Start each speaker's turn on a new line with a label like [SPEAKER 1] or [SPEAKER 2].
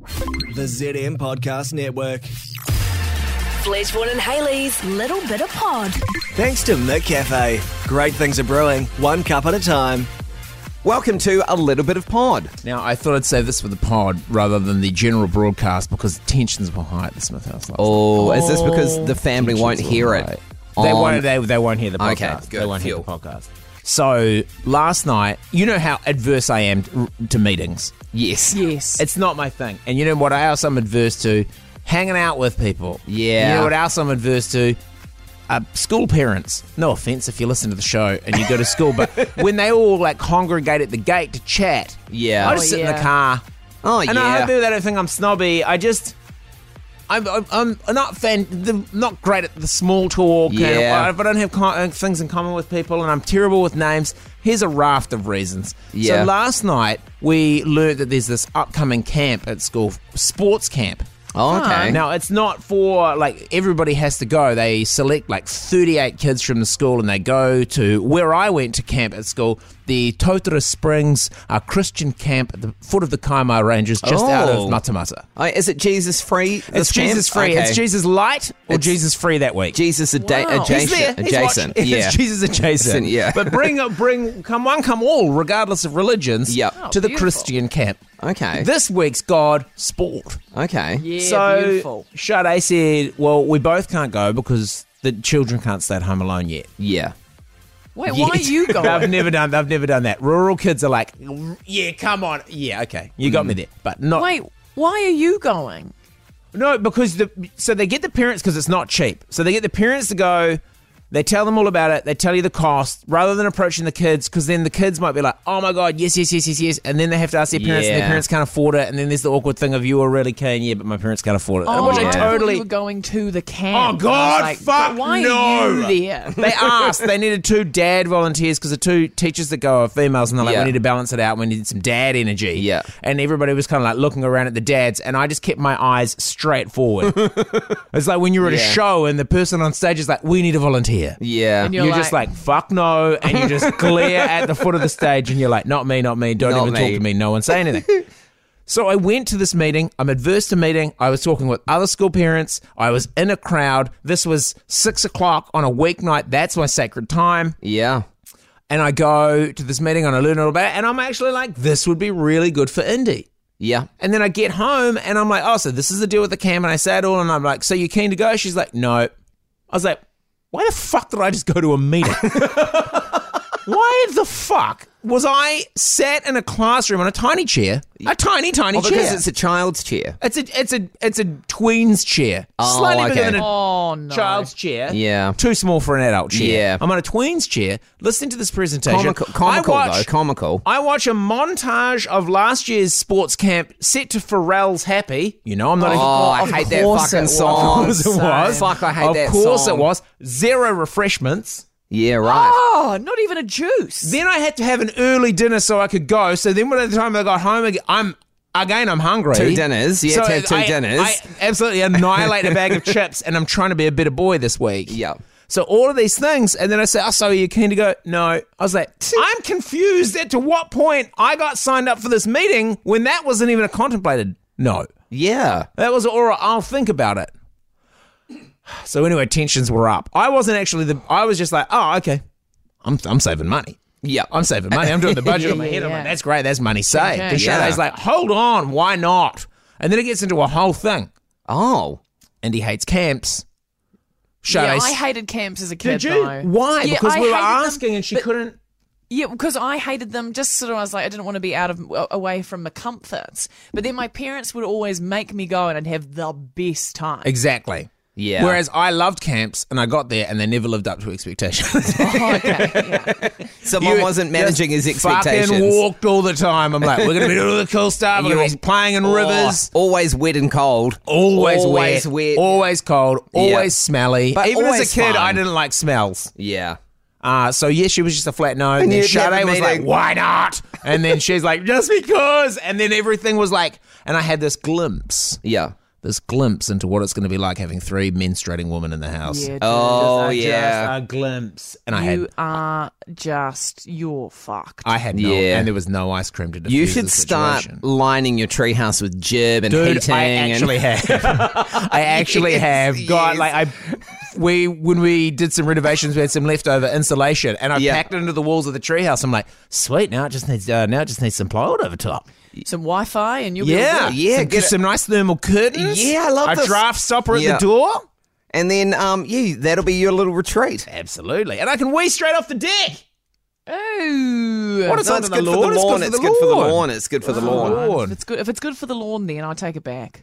[SPEAKER 1] The ZM Podcast Network.
[SPEAKER 2] Fledgeborn and Haley's Little Bit of Pod.
[SPEAKER 1] Thanks to McCafe. Great things are brewing, one cup at a time.
[SPEAKER 3] Welcome to a little bit of pod.
[SPEAKER 4] Now, I thought I'd say this for the pod rather than the general broadcast because tensions were high at the Smith House last night.
[SPEAKER 3] Oh, is this because the family won't
[SPEAKER 4] Tensions were
[SPEAKER 3] hear
[SPEAKER 4] high.
[SPEAKER 3] it?
[SPEAKER 4] They
[SPEAKER 3] on-
[SPEAKER 4] won't. They, they won't hear the
[SPEAKER 3] Okay,
[SPEAKER 4] podcast.
[SPEAKER 3] good,
[SPEAKER 4] They won't hear the
[SPEAKER 3] fuel.
[SPEAKER 4] podcast. So last night, you know how adverse I am to, to meetings.
[SPEAKER 3] Yes.
[SPEAKER 5] Yes.
[SPEAKER 4] It's not my thing. And you know what else I'm adverse to? Hanging out with people.
[SPEAKER 3] Yeah.
[SPEAKER 4] You know what else I'm adverse to? Uh, school parents. No offense if you listen to the show and you go to school, but when they all like congregate at the gate to chat,
[SPEAKER 3] Yeah.
[SPEAKER 4] I just sit in
[SPEAKER 5] yeah.
[SPEAKER 4] the car.
[SPEAKER 3] Oh,
[SPEAKER 4] and I
[SPEAKER 3] yeah.
[SPEAKER 4] hope people that don't think I'm snobby. I just. I'm, I'm, I'm not fan, the- not great at the small talk. and
[SPEAKER 3] Yeah.
[SPEAKER 4] if I don't have co- uh, things in common with people, and I'm terrible with names, here's a raft of reasons.
[SPEAKER 3] Yeah.
[SPEAKER 4] So last night we learned that there's this upcoming camp at school, sports camp.
[SPEAKER 3] Oh, okay.
[SPEAKER 4] Now it's not for like everybody has to go. They select like 38 kids from the school and they go to where I went to camp at school, the Totara Springs uh, Christian camp at the foot of the Kaimai Ranges, just out of
[SPEAKER 3] Oh.
[SPEAKER 4] Matamata.
[SPEAKER 3] Oh, is it Jesus free?
[SPEAKER 4] It's
[SPEAKER 3] this camp?
[SPEAKER 4] Jesus free. It's
[SPEAKER 3] Okay.
[SPEAKER 4] Jesus light or
[SPEAKER 3] It's-
[SPEAKER 4] Jesus free that week.
[SPEAKER 3] Jesus ada-
[SPEAKER 5] Wow.
[SPEAKER 4] He's
[SPEAKER 3] adjacent.
[SPEAKER 4] there. He's
[SPEAKER 3] adjacent.
[SPEAKER 4] watching.
[SPEAKER 3] Yeah.
[SPEAKER 4] It's Jesus adjacent.
[SPEAKER 3] Adjacent, yeah.
[SPEAKER 4] but bring, uh, bring, come one, come all, regardless of religions,
[SPEAKER 3] Yep.
[SPEAKER 4] to the
[SPEAKER 5] beautiful.
[SPEAKER 4] Christian camp.
[SPEAKER 3] Okay.
[SPEAKER 4] This week's God, sport.
[SPEAKER 3] okay.
[SPEAKER 5] Yeah,
[SPEAKER 4] so
[SPEAKER 5] beautiful.
[SPEAKER 4] Sade said, "Well, we both can't go because the children can't stay at home alone yet.
[SPEAKER 3] Yeah.
[SPEAKER 5] Wait, why are you
[SPEAKER 4] They've
[SPEAKER 5] going?
[SPEAKER 4] never done. They've never done that. Rural kids are like, yeah, come on, yeah, okay, you got me there, but not
[SPEAKER 5] Mm. Wait, why are you going?
[SPEAKER 4] no because the so they get the parents because it's not cheap. So they get the parents to go. They tell them all about it. They tell you the cost rather than approaching the kids because then the kids might be like, oh my god, yes, yes, yes, yes, yes, and then they have to ask their parents and
[SPEAKER 3] Yeah.
[SPEAKER 4] their parents can't afford it, and then there's the awkward thing of you are really keen, yeah, but my parents can't afford it,
[SPEAKER 5] Oh,
[SPEAKER 4] which I
[SPEAKER 5] I thought
[SPEAKER 4] totally
[SPEAKER 5] you were going to the camp.
[SPEAKER 4] Oh, God,
[SPEAKER 5] I was
[SPEAKER 4] fuck,
[SPEAKER 5] but why
[SPEAKER 4] no.
[SPEAKER 5] are you there?
[SPEAKER 4] they asked. They needed two dad volunteers because the two teachers that go are females, and they're like,
[SPEAKER 3] Yeah.
[SPEAKER 4] we need to balance it out. We need some dad energy.
[SPEAKER 3] Yeah.
[SPEAKER 4] And everybody was kind of like looking around at the dads, and I just kept my eyes straight forward. it's like when you're at
[SPEAKER 3] Yeah.
[SPEAKER 4] a show and the person on stage is like, we need a volunteer.
[SPEAKER 3] Yeah.
[SPEAKER 5] And
[SPEAKER 4] You're,
[SPEAKER 5] You're
[SPEAKER 4] just
[SPEAKER 5] like-
[SPEAKER 4] like, fuck no, and you just glare at the foot of the stage and you're like, not me, not me, don't
[SPEAKER 3] Not
[SPEAKER 4] even
[SPEAKER 3] me.
[SPEAKER 4] talk to me, no one say anything. so I went to this meeting, I'm adverse to meeting, I was talking with other school parents, I was in a crowd, this was six o'clock on a weeknight, that's my sacred time.
[SPEAKER 3] yeah.
[SPEAKER 4] And I go to this meeting and I learn all about it, and I'm actually like, this would be really good for indie.
[SPEAKER 3] Yeah. Oh,
[SPEAKER 4] And then I get home and I'm like, oh, so this is the deal with the cam. And I say it all and I'm like, so you keen to go? She's like, no. I was like, why the fuck did I just go to a meeting? why the fuck was I sat in a classroom on a tiny chair? A tiny, tiny
[SPEAKER 3] Oh,
[SPEAKER 4] chair.
[SPEAKER 3] because it's a child's chair.
[SPEAKER 4] it's a it's a it's a tween's chair.
[SPEAKER 3] Oh,
[SPEAKER 4] Slightly
[SPEAKER 3] okay.
[SPEAKER 4] bigger than a
[SPEAKER 5] Oh, no.
[SPEAKER 4] child's chair.
[SPEAKER 3] Yeah.
[SPEAKER 4] Too small for an adult chair.
[SPEAKER 3] Yeah.
[SPEAKER 4] I'm on a tween's chair. Listening to this presentation.
[SPEAKER 3] Comical,
[SPEAKER 4] I
[SPEAKER 3] comical though.
[SPEAKER 4] watch-
[SPEAKER 3] Comical.
[SPEAKER 4] I watch a montage of last year's sports camp set to Pharrell's Happy. You know, I'm not.
[SPEAKER 3] Oh, I
[SPEAKER 4] of
[SPEAKER 3] hate that
[SPEAKER 4] course
[SPEAKER 3] fucking
[SPEAKER 4] it was.
[SPEAKER 3] song.
[SPEAKER 4] Of course it was.
[SPEAKER 3] Fuck, I hate
[SPEAKER 4] of
[SPEAKER 3] that
[SPEAKER 4] Of course
[SPEAKER 3] song.
[SPEAKER 4] it was. Ah! Zero refreshments.
[SPEAKER 3] Yeah. Right.
[SPEAKER 5] Oh, not even a juice.
[SPEAKER 4] Then I had to have an early dinner so I could go. So then, by the time I got home, ag- I'm again I'm hungry.
[SPEAKER 3] Two dinners. You had to have two
[SPEAKER 4] I-
[SPEAKER 3] dinners.
[SPEAKER 4] I absolutely annihilate a bag of chips, and I'm trying to be a better boy this week.
[SPEAKER 3] Yeah.
[SPEAKER 4] So all of these things, and then I say, "Oh, so are you keen to go?" No, I was like, "I'm confused at to what point I got signed up for this meeting when that wasn't even a contemplated." No,
[SPEAKER 3] Yeah.
[SPEAKER 4] that was all right. I'll think about it. So anyway, tensions were up. I wasn't actually the. I was just like, "Oh, okay, I'm I'm saving money."
[SPEAKER 3] Yeah.
[SPEAKER 4] I'm saving money. I'm doing the budget
[SPEAKER 5] Yeah,
[SPEAKER 4] on my
[SPEAKER 5] yeah,
[SPEAKER 4] head. I'm
[SPEAKER 5] yeah.
[SPEAKER 4] like, that's great. That's money saved.
[SPEAKER 5] Okay.
[SPEAKER 4] And
[SPEAKER 3] Yeah.
[SPEAKER 4] Sade's like, hold on, why not? And then it gets into a whole thing.
[SPEAKER 3] Oh.
[SPEAKER 4] And he hates camps. Sade,
[SPEAKER 5] yeah, I hated camps as a kid. Though.
[SPEAKER 4] Why?
[SPEAKER 5] Yeah,
[SPEAKER 4] because
[SPEAKER 5] I
[SPEAKER 4] we were
[SPEAKER 5] hated them,
[SPEAKER 4] asking and she
[SPEAKER 5] but-
[SPEAKER 4] couldn't.
[SPEAKER 5] Yeah, because I hated them. Just sort of, I was like, I didn't want to be out of a- away from the comforts. But then my parents would always make me go, and I'd have the best time.
[SPEAKER 4] Exactly.
[SPEAKER 3] Yeah.
[SPEAKER 4] Whereas I loved camps and I got there and they never lived up to expectations.
[SPEAKER 5] Oh, okay, yeah.
[SPEAKER 3] Someone wasn't managing his
[SPEAKER 4] Just
[SPEAKER 3] expectations.
[SPEAKER 4] Fucking walked all the time. I'm like, we're going to be doing all the cool stuff. We're going to be playing in rivers.
[SPEAKER 3] Oh, always wet and cold.
[SPEAKER 4] Always,
[SPEAKER 3] Oh, Always
[SPEAKER 4] wet,
[SPEAKER 3] wet.
[SPEAKER 4] always cold, always
[SPEAKER 3] Yeah.
[SPEAKER 4] smelly.
[SPEAKER 3] But
[SPEAKER 4] Even
[SPEAKER 3] always
[SPEAKER 4] as a kid,
[SPEAKER 3] fun.
[SPEAKER 4] I didn't like smells.
[SPEAKER 3] Yeah.
[SPEAKER 4] Uh, so yeah, she was just a flat no. And then
[SPEAKER 3] you'd have a
[SPEAKER 4] Sade was like,
[SPEAKER 3] meeting.
[SPEAKER 4] "Why not?" And then she's like, "Just because." And then everything was like, and I had this glimpse
[SPEAKER 3] Yeah.
[SPEAKER 4] this glimpse into what it's going to be like having three menstruating women in the house.
[SPEAKER 5] Yeah,
[SPEAKER 3] Oh,
[SPEAKER 4] Just
[SPEAKER 3] yeah.
[SPEAKER 4] a glimpse, and I
[SPEAKER 5] dude, you
[SPEAKER 4] had
[SPEAKER 5] are uh, just you're fucked.
[SPEAKER 4] I had no,
[SPEAKER 3] Yeah.
[SPEAKER 4] and there was no ice cream to diffuse
[SPEAKER 3] You should
[SPEAKER 4] the
[SPEAKER 3] start
[SPEAKER 4] situation.
[SPEAKER 3] lining your treehouse with jib and
[SPEAKER 4] Dude,
[SPEAKER 3] heating.
[SPEAKER 4] I actually
[SPEAKER 3] and,
[SPEAKER 4] have. I actually
[SPEAKER 3] Yes,
[SPEAKER 4] have got
[SPEAKER 3] yes.
[SPEAKER 4] like I. We when we did some renovations, we had some leftover insulation, and I
[SPEAKER 3] Yeah.
[SPEAKER 4] packed it into the walls of the treehouse. I'm like, sweet. Now it just needs uh, now it just needs some plywood over top.
[SPEAKER 5] Some Wi-Fi and you'll
[SPEAKER 3] Yeah.
[SPEAKER 5] be all good.
[SPEAKER 4] some,
[SPEAKER 3] get it.
[SPEAKER 4] some nice thermal curtains.
[SPEAKER 3] Yeah, I love
[SPEAKER 4] a
[SPEAKER 3] this.
[SPEAKER 4] draft stopper at
[SPEAKER 3] Yeah.
[SPEAKER 4] the door.
[SPEAKER 3] and then, um, yeah, that'll be your little retreat.
[SPEAKER 4] Absolutely, and I can wee straight off the deck.
[SPEAKER 5] Ooh.
[SPEAKER 4] What is
[SPEAKER 3] No,
[SPEAKER 4] on
[SPEAKER 3] it's
[SPEAKER 4] the
[SPEAKER 3] good for
[SPEAKER 4] lawn?
[SPEAKER 3] the lawn.
[SPEAKER 4] It's good
[SPEAKER 3] It's
[SPEAKER 4] for the
[SPEAKER 3] good for the
[SPEAKER 4] lawn.
[SPEAKER 3] lawn. It's good for the lawn.
[SPEAKER 5] If it's good, if it's good for the lawn, then I'll take it back.